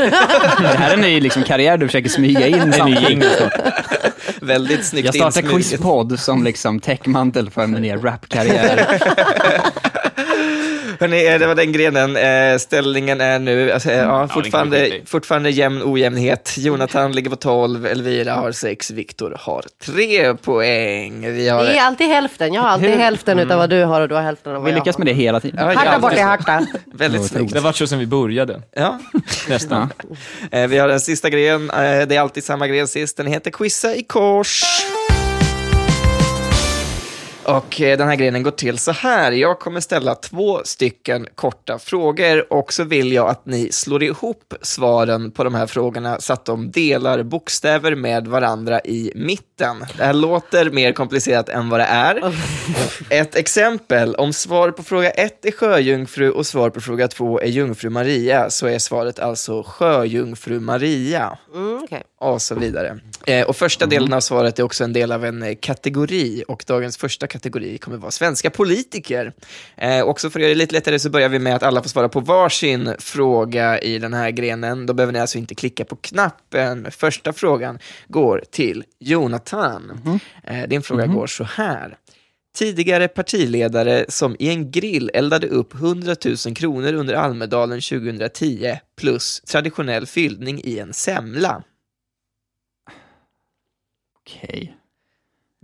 [SPEAKER 4] Det här är en ny liksom, karriär du försöker smyga in samtidigt.
[SPEAKER 1] Väldigt snyggt
[SPEAKER 4] Jag startar
[SPEAKER 1] insmyget.
[SPEAKER 4] quizpodd som liksom täckmantel för min nya rapkarriär.
[SPEAKER 1] Hörrni, eh, det var den grenen. Eh, ställningen är nu, alltså, eh, ja, fortfarande, fortfarande jämn ojämnhet. Jonathan ligger på 12, Elvira har 6, Viktor har 3 poäng. Vi har...
[SPEAKER 2] Det Mm. är alltid hälften. Jag har alltid
[SPEAKER 4] Hur-
[SPEAKER 2] hälften utav vad du har och du har hälften av vad
[SPEAKER 4] Vi
[SPEAKER 2] jag
[SPEAKER 4] lyckas
[SPEAKER 2] har.
[SPEAKER 4] med det hela tiden.
[SPEAKER 1] Ja, jag-
[SPEAKER 2] Harta bort det, harta.
[SPEAKER 1] Väldigt snyggt.
[SPEAKER 3] Det har varit så sedan vi började.
[SPEAKER 1] Ja.
[SPEAKER 3] Nästan.
[SPEAKER 1] Eh, Vi har den sista grejen, eh, det är alltid samma gren sist, den heter Quizza i kors. Och eh, den här grenen går till så här, jag kommer ställa två stycken korta frågor och så vill jag att ni slår ihop svaren på de här frågorna så att de delar bokstäver med varandra i mitten. Det här låter mer komplicerat än vad det är. Ett exempel, om svar på fråga 1 är sjöjungfru och svar på fråga 2 är jungfru Maria så är svaret alltså sjöjungfru Maria
[SPEAKER 2] Mm, okej.
[SPEAKER 1] och så vidare. Eh, och första delen av svaret är också en del av en eh, kategori och dagens första kategori kommer vara svenska politiker. Eh, också för att göra det lite lättare så börjar vi med att alla får svara på varsin fråga i den här grenen. Då behöver ni alltså inte klicka på knappen. Första frågan går till Jonathan. Eh, din fråga går så här. Tidigare partiledare som i en grill eldade upp 100 000 kronor under Almedalen 2010 plus traditionell fyllning i en semla.
[SPEAKER 4] Okej.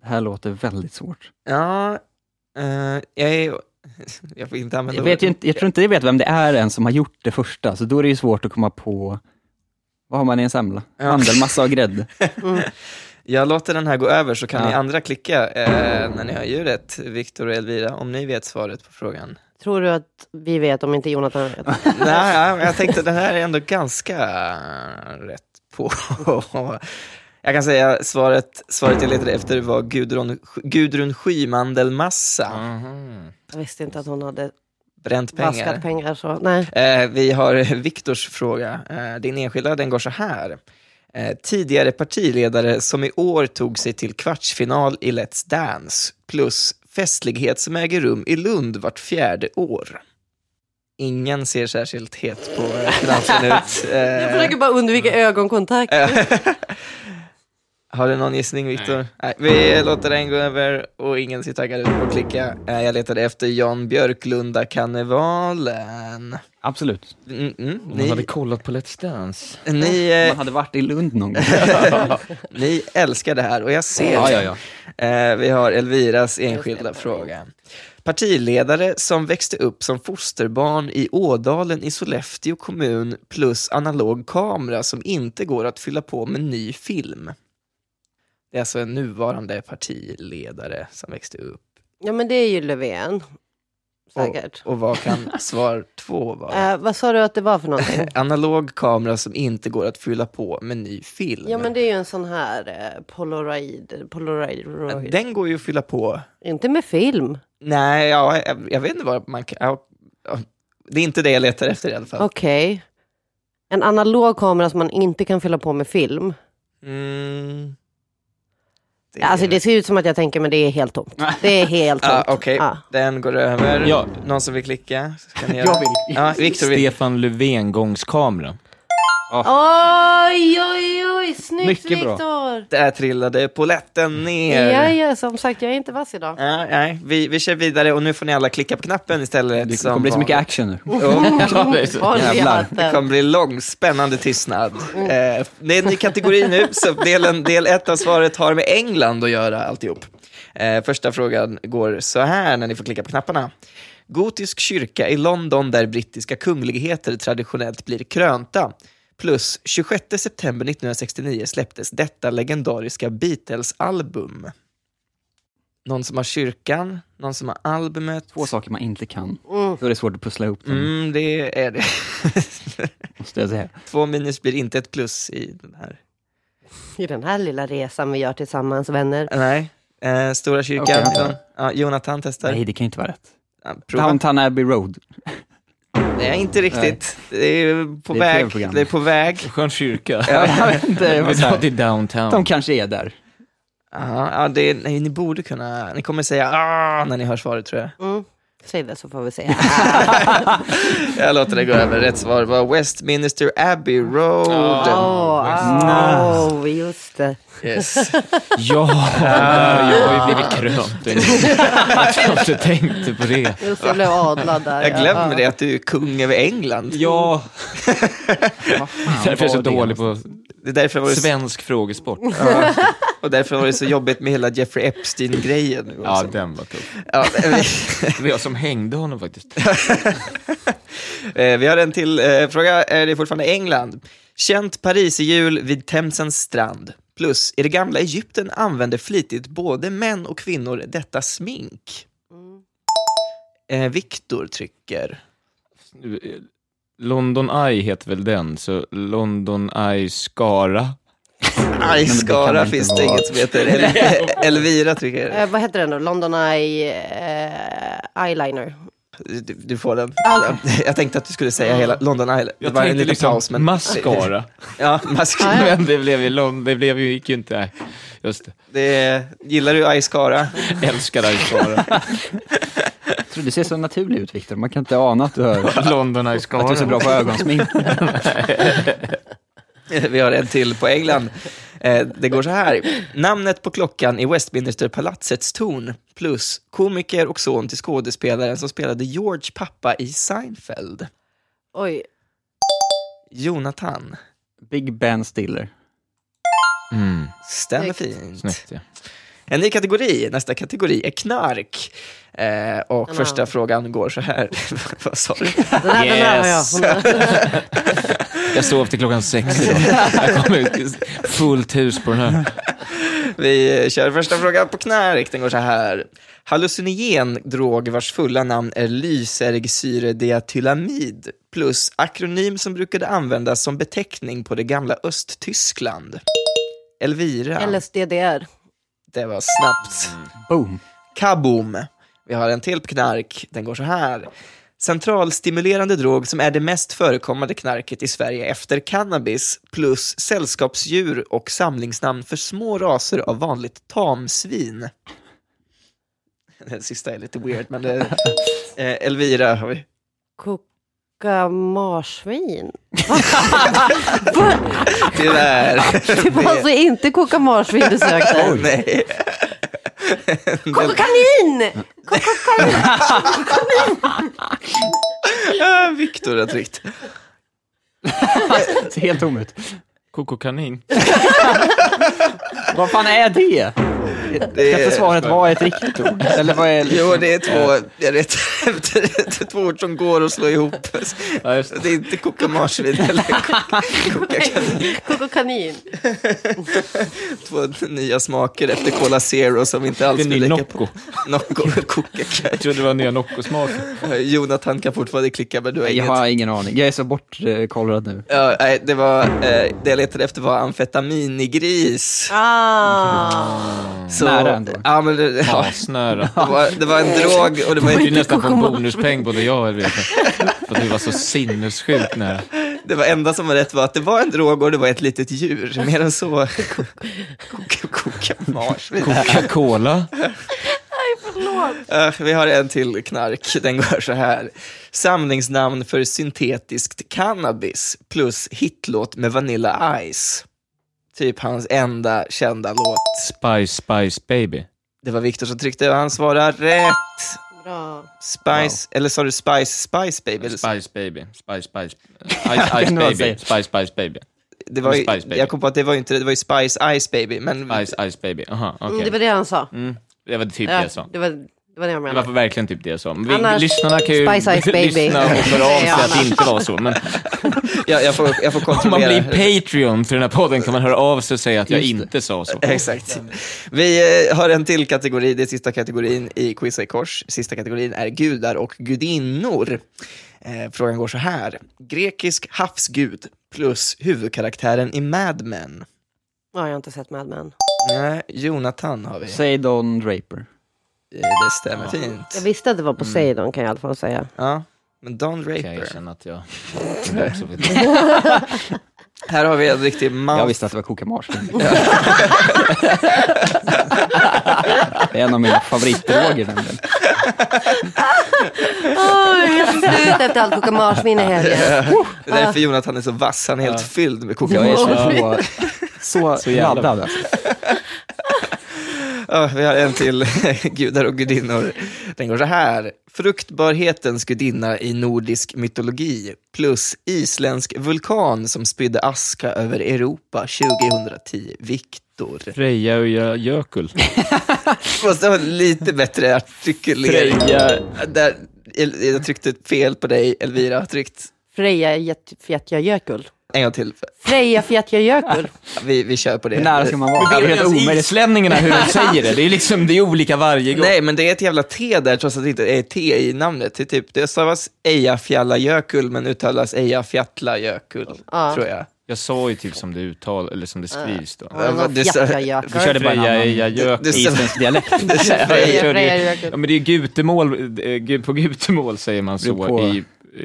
[SPEAKER 4] Det här låter väldigt svårt.
[SPEAKER 1] Ja, eh, jag är... Jag får inte använda
[SPEAKER 4] Jag, vet ju
[SPEAKER 1] ordet.
[SPEAKER 4] inte, jag tror inte jag vet vem det är än som har gjort det första, så då är det ju svårt att komma på vad har man i en semla?
[SPEAKER 1] Ja.
[SPEAKER 4] Mandelmassa och grädde.
[SPEAKER 1] Jag låter den här gå över så kan
[SPEAKER 4] Ja.
[SPEAKER 1] ni andra klicka eh, när ni har ljudet, Viktor och Elvira, om ni vet svaret på frågan.
[SPEAKER 2] Tror du att vi vet om inte Jonathan vet?
[SPEAKER 1] Nej, ja, men jag tänkte den här är ändå ganska rätt på. Jag kan säga svaret, svaret jag letade efter var Gudrun, Gudrun Skymandelmassa.
[SPEAKER 2] Jag visste inte att hon hade
[SPEAKER 1] Bränt pengar.
[SPEAKER 2] vaskat pengar. Så. Nej.
[SPEAKER 1] Eh, vi har Viktors fråga. Eh, din enskilda, den går så här. Eh, tidigare partiledare som i år tog sig till kvartsfinal i Let's Dance plus festlighet som äger rum i Lund vart fjärde år. Ingen ser särskilt het på eh, dansen ut.
[SPEAKER 2] Jag
[SPEAKER 1] Eh,
[SPEAKER 2] försöker bara undvika ögonkontakt.
[SPEAKER 1] har du någon gissning, Viktor? Nej. Vi låter den gå över och ingen ser taggad ut på att klicka. Eh, jag letade efter Jan Björklunda-karnevalen.
[SPEAKER 4] Absolut.
[SPEAKER 1] Mm, mm,
[SPEAKER 3] Man hade
[SPEAKER 1] ni,
[SPEAKER 3] kollat på Let's Dance.
[SPEAKER 1] ni, eh,
[SPEAKER 4] Man hade varit i Lund någon gång.
[SPEAKER 1] Ni älskar det här och jag ser
[SPEAKER 4] Ja,
[SPEAKER 1] det.
[SPEAKER 4] ja, ja.
[SPEAKER 1] Eh, vi har Elviras enskilda fråga. Partiledare som växte upp som fosterbarn i Ådalen i Sollefteå kommun plus analog kamera som inte går att fylla på med ny film. Det är alltså en nuvarande partiledare som växte upp.
[SPEAKER 2] Ja, men det är ju Löfven.
[SPEAKER 1] Och,
[SPEAKER 2] Säkert.
[SPEAKER 1] och vad kan svar två vara?
[SPEAKER 2] Eh, vad sa du att det var för någonting?
[SPEAKER 1] Analog kamera som inte går att fylla på med ny film.
[SPEAKER 2] ja, men det är ju en sån här eh, Polaroid. Polaroid.
[SPEAKER 1] Den går ju att fylla på
[SPEAKER 2] Inte med film.
[SPEAKER 1] Nej, ja, jag, jag vet inte vad man kan... Ja, ja, det är inte det jag letar efter i alla fall.
[SPEAKER 2] Okej. En analog kamera som man inte kan fylla på med film.
[SPEAKER 1] Mm, det
[SPEAKER 2] Alltså det ser ut som att jag tänker, men det är helt tomt. Det är helt tomt.
[SPEAKER 1] Ja, Ah, Okej,
[SPEAKER 2] Ja.
[SPEAKER 1] den går över.
[SPEAKER 3] Ja.
[SPEAKER 1] Någon som vill klicka? Så Kan ni göra.
[SPEAKER 4] Jag vill.
[SPEAKER 1] Ja, Victor vill.
[SPEAKER 3] Stefan Löfven gångskamera.
[SPEAKER 2] Oj, oj, oj, snyggt
[SPEAKER 3] Mycket bra.
[SPEAKER 2] Viktor!
[SPEAKER 1] Där trillade poletten ner.
[SPEAKER 2] Ja, ja, som sagt, jag är inte vass idag.
[SPEAKER 1] Ja, nej, vi, vi kör vidare och nu får ni alla klicka på knappen istället.
[SPEAKER 4] Det kommer
[SPEAKER 1] som
[SPEAKER 4] bli så mycket
[SPEAKER 1] vanligt.
[SPEAKER 4] action nu.
[SPEAKER 3] Ja, det är så.
[SPEAKER 2] Håll i
[SPEAKER 4] Jävlar.
[SPEAKER 2] hatten. Mm.
[SPEAKER 1] Det kommer bli lång, spännande tystnad. Eh, det är en ny kategori nu, så delen, del ett av svaret har med England att göra alltihop. Eh, första frågan går så här när ni får klicka på knapparna. Gotisk kyrka i London där brittiska kungligheter traditionellt blir krönta. Plus 26 september 1969 släpptes detta legendariska Beatles-album. Någon som har kyrkan, någon som har albumet.
[SPEAKER 4] Två saker man inte kan.
[SPEAKER 2] Mm.
[SPEAKER 4] Då är det svårt att pussla ihop dem,
[SPEAKER 1] Mm, det är det.
[SPEAKER 4] måste jag säga.
[SPEAKER 1] Två minus blir inte ett plus i den här.
[SPEAKER 2] I den här lilla resan vi gör tillsammans, vänner.
[SPEAKER 1] Nej. Eh, Stora
[SPEAKER 4] Okej,
[SPEAKER 1] kyrkan.
[SPEAKER 4] vänta.
[SPEAKER 1] från- ja, Jonathan testar.
[SPEAKER 4] Nej, det kan ju inte vara rätt.
[SPEAKER 1] Ja, prova.
[SPEAKER 4] Downton Abbey Road.
[SPEAKER 1] Nej, inte riktigt. Det är på
[SPEAKER 4] Det är ett
[SPEAKER 1] väg.
[SPEAKER 4] tv-program.
[SPEAKER 1] Det är på väg.
[SPEAKER 3] Skön kyrka.
[SPEAKER 4] jag vet inte. jag var
[SPEAKER 3] Vi
[SPEAKER 4] så
[SPEAKER 3] drar
[SPEAKER 4] här.
[SPEAKER 3] till downtown.
[SPEAKER 4] De kanske är där.
[SPEAKER 1] Ja, ja, det är, nej, ni borde kunna... Ni kommer säga ah när ni hör svaret tror jag.
[SPEAKER 2] Mm. Säg det så får vi se.
[SPEAKER 1] Jag låter det gå över. Rätt svar var Westminster Abbey Road.
[SPEAKER 2] Åh,
[SPEAKER 4] Ah.
[SPEAKER 2] oh, just det.
[SPEAKER 1] Yes.
[SPEAKER 3] Ja, jag har ju blivit krönt. Att jag inte tänkte på det.
[SPEAKER 2] Just det, jag blev adlad där.
[SPEAKER 1] Jag glömmer
[SPEAKER 2] Ja.
[SPEAKER 1] det att du är kung över England.
[SPEAKER 3] Ja, därför är jag så
[SPEAKER 4] var det
[SPEAKER 3] dålig på
[SPEAKER 1] Det är därför var det så,
[SPEAKER 3] svensk frågesport.
[SPEAKER 1] ja. Och därför var det så jobbigt med hela Jeffrey Epstein-grejen.
[SPEAKER 3] Ja,
[SPEAKER 1] också.
[SPEAKER 3] den var tuff.
[SPEAKER 1] Ja, men-
[SPEAKER 3] Det var jag som hängde honom faktiskt.
[SPEAKER 1] Eh, Vi har en till eh, fråga. Eh, Det är fortfarande England. Känt pariserhjul vid Themsens strand. Plus, i det gamla Egypten använde flitigt både män och kvinnor detta smink.
[SPEAKER 2] Mm.
[SPEAKER 1] Eh, Viktor trycker.
[SPEAKER 3] London Eye heter väl den, så London Eye Skara.
[SPEAKER 1] Aj,
[SPEAKER 4] kan
[SPEAKER 1] Skara
[SPEAKER 4] inte
[SPEAKER 1] finns det
[SPEAKER 4] vara.
[SPEAKER 1] inget som heter. El- Elvira trycker.
[SPEAKER 2] Eh, vad heter den då? London Eye eh, Eyeliner.
[SPEAKER 1] Du, du får den.
[SPEAKER 2] Ah,
[SPEAKER 1] Jag tänkte att du skulle säga hela London Island. Det
[SPEAKER 3] Jag
[SPEAKER 1] var en
[SPEAKER 3] tänkte
[SPEAKER 1] liten
[SPEAKER 3] liksom
[SPEAKER 1] paus, men...
[SPEAKER 3] mascara,
[SPEAKER 1] Ja, mask.
[SPEAKER 2] Ja, ja.
[SPEAKER 3] men det blev ju, Lon- det blev ju, gick ju inte, nej. Just det.
[SPEAKER 1] Det, gillar du Aj, Skara?
[SPEAKER 3] Älskar Eye Skara.
[SPEAKER 4] Jag tror du ser så naturlig ut, Viktor. Man kan inte ana att du, hör, att
[SPEAKER 3] London Eye Skara.
[SPEAKER 4] du är så bra på ögonsmink.
[SPEAKER 1] Vi har en till på England. Eh, Det går så här. Namnet på klockan i Westminsterpalatsets torn plus komiker och son till skådespelaren som spelade George pappa i Seinfeld.
[SPEAKER 2] Oj,
[SPEAKER 1] Jonathan.
[SPEAKER 4] Big Ben Stiller.
[SPEAKER 3] Mm,
[SPEAKER 1] Stämmer
[SPEAKER 2] Snyggt.
[SPEAKER 1] fint.
[SPEAKER 3] snyggt ja.
[SPEAKER 1] En ny kategori. Nästa kategori är knark. Eh, och
[SPEAKER 2] Anna.
[SPEAKER 1] första frågan går så här. Vad sa du?
[SPEAKER 2] den här, den här har jag.
[SPEAKER 3] Yes. Jag sov till klockan sex idag. Jag kom ut fullt hus på den här.
[SPEAKER 1] Vi eh, kör första frågan på knark. Den går så här. Hallucinogen drog vars fulla namn är lysergsyredeatylamid plus akronym som brukade användas som beteckning på det gamla Östtyskland. Elvira.
[SPEAKER 2] LSDDR.
[SPEAKER 1] Det var snabbt.
[SPEAKER 4] Boom.
[SPEAKER 1] Kaboom. Vi har en till på knark. Den går så här. Centralstimulerande drog som är det mest förekommande knarket i Sverige efter cannabis plus sällskapsdjur och samlingsnamn för små raser av vanligt tamsvin. Den sista är lite weird, men det, eh, Elvira har vi.
[SPEAKER 2] Koka marsvin.
[SPEAKER 1] Tyvärr.
[SPEAKER 2] Det var alltså inte koka marsvin du sökte.
[SPEAKER 1] Nej.
[SPEAKER 2] Koka kanin!
[SPEAKER 1] Ah, Viktor har tryckt.
[SPEAKER 4] Ser helt tom ut.
[SPEAKER 3] Koko kanin.
[SPEAKER 4] Vad fan är det?
[SPEAKER 1] Det
[SPEAKER 4] Ska inte svaret vara ett riktigt ord? Eller vad är
[SPEAKER 1] Jo, det är två, jag vet, det är två ord som går att slå ihop.
[SPEAKER 3] Ja, just det.
[SPEAKER 1] Det är inte koka marsvin eller koka, koka kanin.
[SPEAKER 2] Koko kanin.
[SPEAKER 1] Två nya smaker efter Cola Zero som inte alls
[SPEAKER 3] Det är
[SPEAKER 1] blir
[SPEAKER 3] ny
[SPEAKER 1] lika på.
[SPEAKER 3] Nocco.
[SPEAKER 1] Nocco och koka kanin.
[SPEAKER 3] Jag trodde det var nya Nocco-smak.
[SPEAKER 1] Jonathan kan fortfarande klicka, men du har
[SPEAKER 4] Jag
[SPEAKER 1] inget.
[SPEAKER 4] har ingen aning. Jag är så bortkollrad nu.
[SPEAKER 1] Ja, nej, det, var, eh, det jag letade efter var amfetaminigris.
[SPEAKER 2] Ah.
[SPEAKER 1] Så,
[SPEAKER 4] Mm. nära ändå.
[SPEAKER 1] Ja, men det, ja,
[SPEAKER 3] Asnära.
[SPEAKER 1] det, var, det var en drog och det var,
[SPEAKER 3] Det är
[SPEAKER 1] en,
[SPEAKER 3] nästan på en bonuspeng både jag och Elvira. För att vi var så sinnessjukt nära.
[SPEAKER 1] det var enda som var rätt var att det var en drog och det var ett litet djur. Mer än så. Koka, koka marsvin.
[SPEAKER 3] Coca-Cola.
[SPEAKER 1] Eh, vi har en till knark. Den går så här. Samlingsnamn för syntetiskt cannabis plus hitlåt med Vanilla Ice. Typ hans enda kända låt.
[SPEAKER 3] Spice, spice baby.
[SPEAKER 1] Det var Viktor som tryckte och han svarar rätt.
[SPEAKER 2] Bra.
[SPEAKER 1] Spice, eller sa du Spice Spice Baby? Eller-
[SPEAKER 3] Spice baby. Spice, spice. Ice,
[SPEAKER 4] är
[SPEAKER 3] ice
[SPEAKER 4] nog vad jag
[SPEAKER 3] baby.
[SPEAKER 4] säger.
[SPEAKER 3] Spice, spice baby.
[SPEAKER 1] Det var ju,
[SPEAKER 3] Spice Baby.
[SPEAKER 1] Jag kom på att det var ju inte det, det var ju Spice Ice Baby. Men
[SPEAKER 3] Ice, ice baby. Aha, okej.
[SPEAKER 2] Mm, Det var det han sa.
[SPEAKER 3] Mm, det var typ det
[SPEAKER 2] Ja,
[SPEAKER 3] jag sa.
[SPEAKER 2] det, var, det var det jag
[SPEAKER 3] Det
[SPEAKER 2] menade.
[SPEAKER 3] var verkligen typ det jag sa. Men Vi,
[SPEAKER 2] Annars-
[SPEAKER 3] lyssnarna kan ju
[SPEAKER 2] Spice Ice Baby.
[SPEAKER 3] lyssna och höra av sig
[SPEAKER 2] Ja.
[SPEAKER 3] att det inte var så. Men
[SPEAKER 1] jag, jag, får, jag får
[SPEAKER 3] om man
[SPEAKER 1] kontrollera.
[SPEAKER 3] blir Patreon till den här podden kan man höra av sig och säga att jag
[SPEAKER 4] Just det.
[SPEAKER 3] inte sa så.
[SPEAKER 1] Exakt. Vi eh, har en till kategori, det är sista kategorin i Quizza i kors. Sista kategorin är gudar och gudinnor. Eh, frågan går så här. Grekisk havsgud plus huvudkaraktären i Mad Men.
[SPEAKER 2] Ja, jag har inte sett Mad Men.
[SPEAKER 1] Nej, Jonathan har vi. Eh,
[SPEAKER 4] Säg Don Draper.
[SPEAKER 1] Det stämmer fint.
[SPEAKER 2] Jag visste att det var Poseidon kan jag i alla fall säga.
[SPEAKER 1] Ja, men Don
[SPEAKER 3] Kan jag
[SPEAKER 1] Draper.
[SPEAKER 3] erkänna att jag... jag också vet.
[SPEAKER 1] Här har vi en riktig
[SPEAKER 4] Jag
[SPEAKER 1] mouth
[SPEAKER 4] visste att det var Koka Marsvin. Det är en av mina favoritdroger nämligen.
[SPEAKER 2] Oj, jag är slut efter allt Coca Marsvin i helgen.
[SPEAKER 1] Det är därför Jonathan är så vass, han är helt fylld med kokain.
[SPEAKER 4] Jag är så, så, så
[SPEAKER 3] jävla-
[SPEAKER 4] laddad. Alltså.
[SPEAKER 1] Ja, vi har en till, gudar och gudinnor. Den går så här. Fruktbarhetens gudinna i nordisk mytologi plus isländsk vulkan som spydde aska över Europa 2010. Viktor.
[SPEAKER 3] Freja och Jö- Jökull.
[SPEAKER 1] Måste ha lite bättre artikulering.
[SPEAKER 4] eh,
[SPEAKER 3] Freja.
[SPEAKER 1] Där, El- jag tryckte fel på dig, Elvira har tryckt
[SPEAKER 2] Freja Jet- Fjättja Jökull.
[SPEAKER 1] en gång till.
[SPEAKER 2] Freja Fjättja Jökull.
[SPEAKER 1] Vi, vi kör på det.
[SPEAKER 4] Hur nära ska man
[SPEAKER 3] Det
[SPEAKER 4] vara?
[SPEAKER 3] är
[SPEAKER 4] Det är
[SPEAKER 3] ju
[SPEAKER 4] helt
[SPEAKER 3] ens
[SPEAKER 4] omöjligt.
[SPEAKER 3] islänningarna hur de säger det. Det är liksom, det är olika varje gång.
[SPEAKER 1] Nej, men det är ett jävla T där, trots att det inte är T i namnet. Det, är typ, det stavas Eyjafjallajökull, men uttalas Eyjafjallajökull,
[SPEAKER 2] Ja.
[SPEAKER 1] tror jag.
[SPEAKER 3] Jag sa ju typ som det uttal eller som det skrivs då.
[SPEAKER 1] Ja, vad- det-
[SPEAKER 2] Fjättja Jökull.
[SPEAKER 4] Vi körde bara en
[SPEAKER 3] Freja,
[SPEAKER 4] annan
[SPEAKER 3] Eja, Jökull.
[SPEAKER 1] det- det-
[SPEAKER 4] isländsk dialekt.
[SPEAKER 3] Jag
[SPEAKER 2] Freja,
[SPEAKER 3] körde
[SPEAKER 2] Freja
[SPEAKER 3] ju-
[SPEAKER 2] Jökull.
[SPEAKER 3] Ja, men det är gutemål, eh, gu- på gutemål säger man så
[SPEAKER 4] Beror på-
[SPEAKER 3] i eh,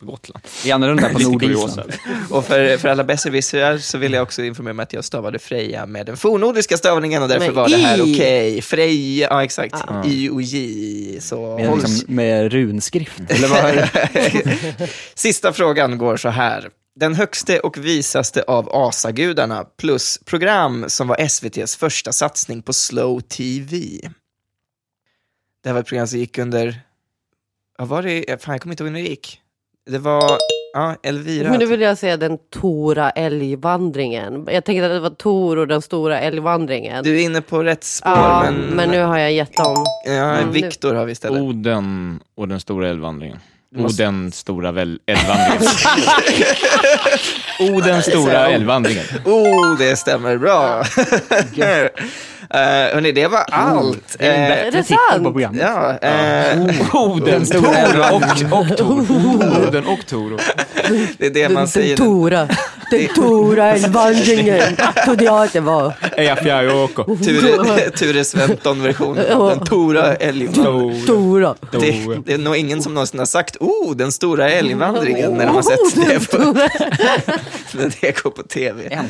[SPEAKER 3] på Gotland.
[SPEAKER 4] Det är annorlunda på
[SPEAKER 3] Lite kuriosa.
[SPEAKER 4] Nordisland.
[SPEAKER 1] Och för, för alla besserwissrar så vill jag också informera mig att jag stavade Freja med den fornnordiska stavningen och därför
[SPEAKER 2] Med
[SPEAKER 1] var det här
[SPEAKER 2] i.
[SPEAKER 1] okej. Freja, ja exakt. I och J. Så
[SPEAKER 4] Med,
[SPEAKER 1] håll-
[SPEAKER 4] liksom, med runskrift. Eller vad är det?
[SPEAKER 1] Sista frågan går så här. Den högste och visaste av asagudarna plus program som var SVTs första satsning på slow TV. Det här var ett program som gick under... Vad var det? Fan, jag kommer inte ihåg när det gick. Det var... Ja, Elvira.
[SPEAKER 2] Men nu vill jag säga den Tora älgvandringen. Jag tänkte att det var Tor och den stora älgvandringen.
[SPEAKER 1] Du är inne på rätt spår,
[SPEAKER 2] ja,
[SPEAKER 1] men...
[SPEAKER 2] men nu har jag gett om.
[SPEAKER 1] Ja,
[SPEAKER 2] Mm.
[SPEAKER 1] Viktor har vi istället.
[SPEAKER 3] Oh. Oden och den stora älvvandringen.
[SPEAKER 1] måste-
[SPEAKER 3] Oden stora väl- älvvandringen. Oden stora älvvandringen.
[SPEAKER 1] Oh, det stämmer bra. uh, hörni, det var allt.
[SPEAKER 4] Det är Oh. en
[SPEAKER 1] Eh,
[SPEAKER 2] Är
[SPEAKER 4] bättre
[SPEAKER 2] det
[SPEAKER 4] titel
[SPEAKER 2] sant?
[SPEAKER 4] på programmet.
[SPEAKER 1] ja, eh,
[SPEAKER 3] Oden stora älvvandringen. Och, och Tor. Oden och Tor.
[SPEAKER 1] det är det man säger.
[SPEAKER 2] Tora, den Tora älgvandringen. Trodde jag att det var.
[SPEAKER 3] Eja, fjärja och åko.
[SPEAKER 1] Ture, Ture Sventon-versionen av den Tora älgvandringen.
[SPEAKER 2] Oh. Tora.
[SPEAKER 1] Det, det är nog ingen som någonsin har sagt oh, den stora älgvandringen när de har
[SPEAKER 2] Oh,
[SPEAKER 1] sett
[SPEAKER 2] den
[SPEAKER 1] det på,
[SPEAKER 2] stora-
[SPEAKER 1] när det går på tv.
[SPEAKER 4] Äntligen.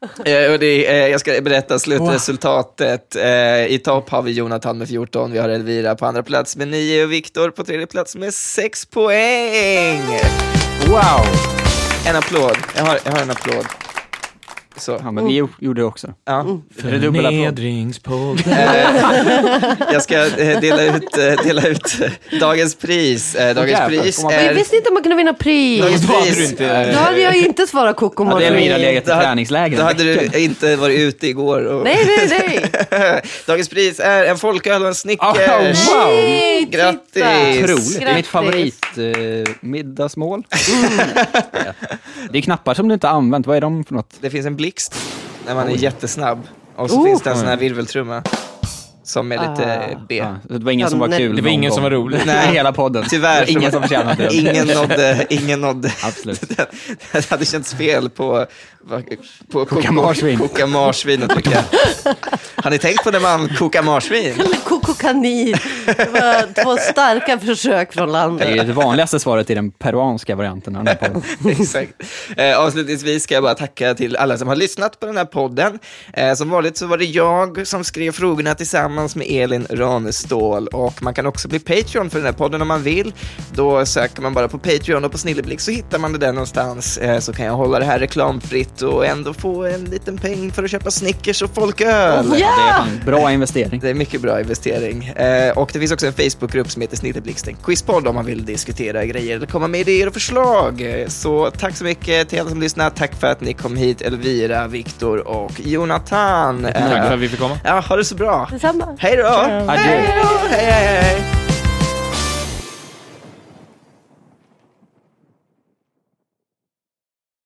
[SPEAKER 1] Eh, och det, är- eh, jag ska berätta slutresultatet. Eh, I topp har vi Jonathan med 14, vi har Elvira på andra plats med 9 och Viktor på tredje plats med 6 poäng.
[SPEAKER 4] Wow!
[SPEAKER 1] En applåd. Jag har, jag har en applåd. Så.
[SPEAKER 4] Ja, men vi o- gjorde det också.
[SPEAKER 2] Mm.
[SPEAKER 1] Ja.
[SPEAKER 4] Är det dubbel applåd?
[SPEAKER 3] Förnedringspodden.
[SPEAKER 1] Jag ska eh, dela ut, eh, dela ut eh, dagens pris. Eh, dagens
[SPEAKER 4] jävlar,
[SPEAKER 1] pris
[SPEAKER 4] får man-
[SPEAKER 2] Jag
[SPEAKER 1] är...
[SPEAKER 2] visste inte om man kunde vinna pris.
[SPEAKER 1] Dagens
[SPEAKER 3] Vad hade du
[SPEAKER 1] pris.
[SPEAKER 3] inte-
[SPEAKER 1] eh,
[SPEAKER 2] Då hade jag inte svarat Coco
[SPEAKER 4] Hade
[SPEAKER 2] Marley.
[SPEAKER 4] Elvira legat i
[SPEAKER 1] Det hade-
[SPEAKER 4] träningsläger
[SPEAKER 1] Då hade
[SPEAKER 4] en
[SPEAKER 1] du
[SPEAKER 4] vecka.
[SPEAKER 1] inte varit ute igår. Och...
[SPEAKER 2] Nej, nej, nej.
[SPEAKER 1] Dagens pris är en folköl och en
[SPEAKER 4] Oh,
[SPEAKER 1] snickers.
[SPEAKER 4] wow.
[SPEAKER 2] Nej, titta.
[SPEAKER 1] Grattis.
[SPEAKER 4] Otroligt. Det är mitt
[SPEAKER 2] Grattis.
[SPEAKER 4] favoritmiddagsmål. Eh, middagsmål. Ja. det är knappar som du inte har använt. Vad är de för något?
[SPEAKER 1] Det finns en blixt när man är jättesnabb. Och så
[SPEAKER 2] Oh.
[SPEAKER 1] finns det en sån här virveltrumma som är lite
[SPEAKER 2] Ah.
[SPEAKER 1] B.
[SPEAKER 4] Ja, så det var ingen
[SPEAKER 2] Ja,
[SPEAKER 4] som var
[SPEAKER 2] nej.
[SPEAKER 4] kul.
[SPEAKER 3] Det var
[SPEAKER 4] någon
[SPEAKER 3] ingen som
[SPEAKER 4] gång.
[SPEAKER 3] var rolig.
[SPEAKER 1] Nej.
[SPEAKER 4] I hela podden.
[SPEAKER 1] Tyvärr.
[SPEAKER 4] Det var ingen som tjänade det.
[SPEAKER 1] Ingen nådde, ingen nådde.
[SPEAKER 4] Absolut.
[SPEAKER 1] Det hade känts fel på, på
[SPEAKER 4] Koka marsvin.
[SPEAKER 1] Koka marsvin och trycka. Har ni tänkt på när man kokar marsvin?
[SPEAKER 2] Eller Coco Kanin. Det var två starka försök från landet.
[SPEAKER 4] Det är det vanligaste svaret i den peruanska varianten av den här podden.
[SPEAKER 1] Exakt. Eh, avslutningsvis ska jag bara tacka till alla som har lyssnat på den här podden. Eh, som vanligt så var det jag som skrev frågorna tillsammans med Elin Ranestål. Och man kan också bli Patreon för den här podden om man vill. Då söker man bara på Patreon och på Snilleblick så hittar man det där någonstans. Eh, så kan jag hålla det här reklamfritt och ändå få en liten peng för att köpa Snickers och folköl.
[SPEAKER 4] Det är fan bra investering.
[SPEAKER 1] Det är mycket bra investering. Eh, och det finns också en Facebookgrupp som heter Snilleblixten Quizpodd om man vill diskutera grejer eller komma med idéer och förslag. Eh, Så tack så mycket till alla som lyssnar. Tack för att ni kom hit, Elvira, Viktor och Jonathan.
[SPEAKER 3] Tack för
[SPEAKER 1] Eh,
[SPEAKER 3] att vi fick komma.
[SPEAKER 1] Ja, ha det så bra.
[SPEAKER 2] Detsamma.
[SPEAKER 1] Hej då! Hej,
[SPEAKER 4] Adjö.
[SPEAKER 1] hej, hej!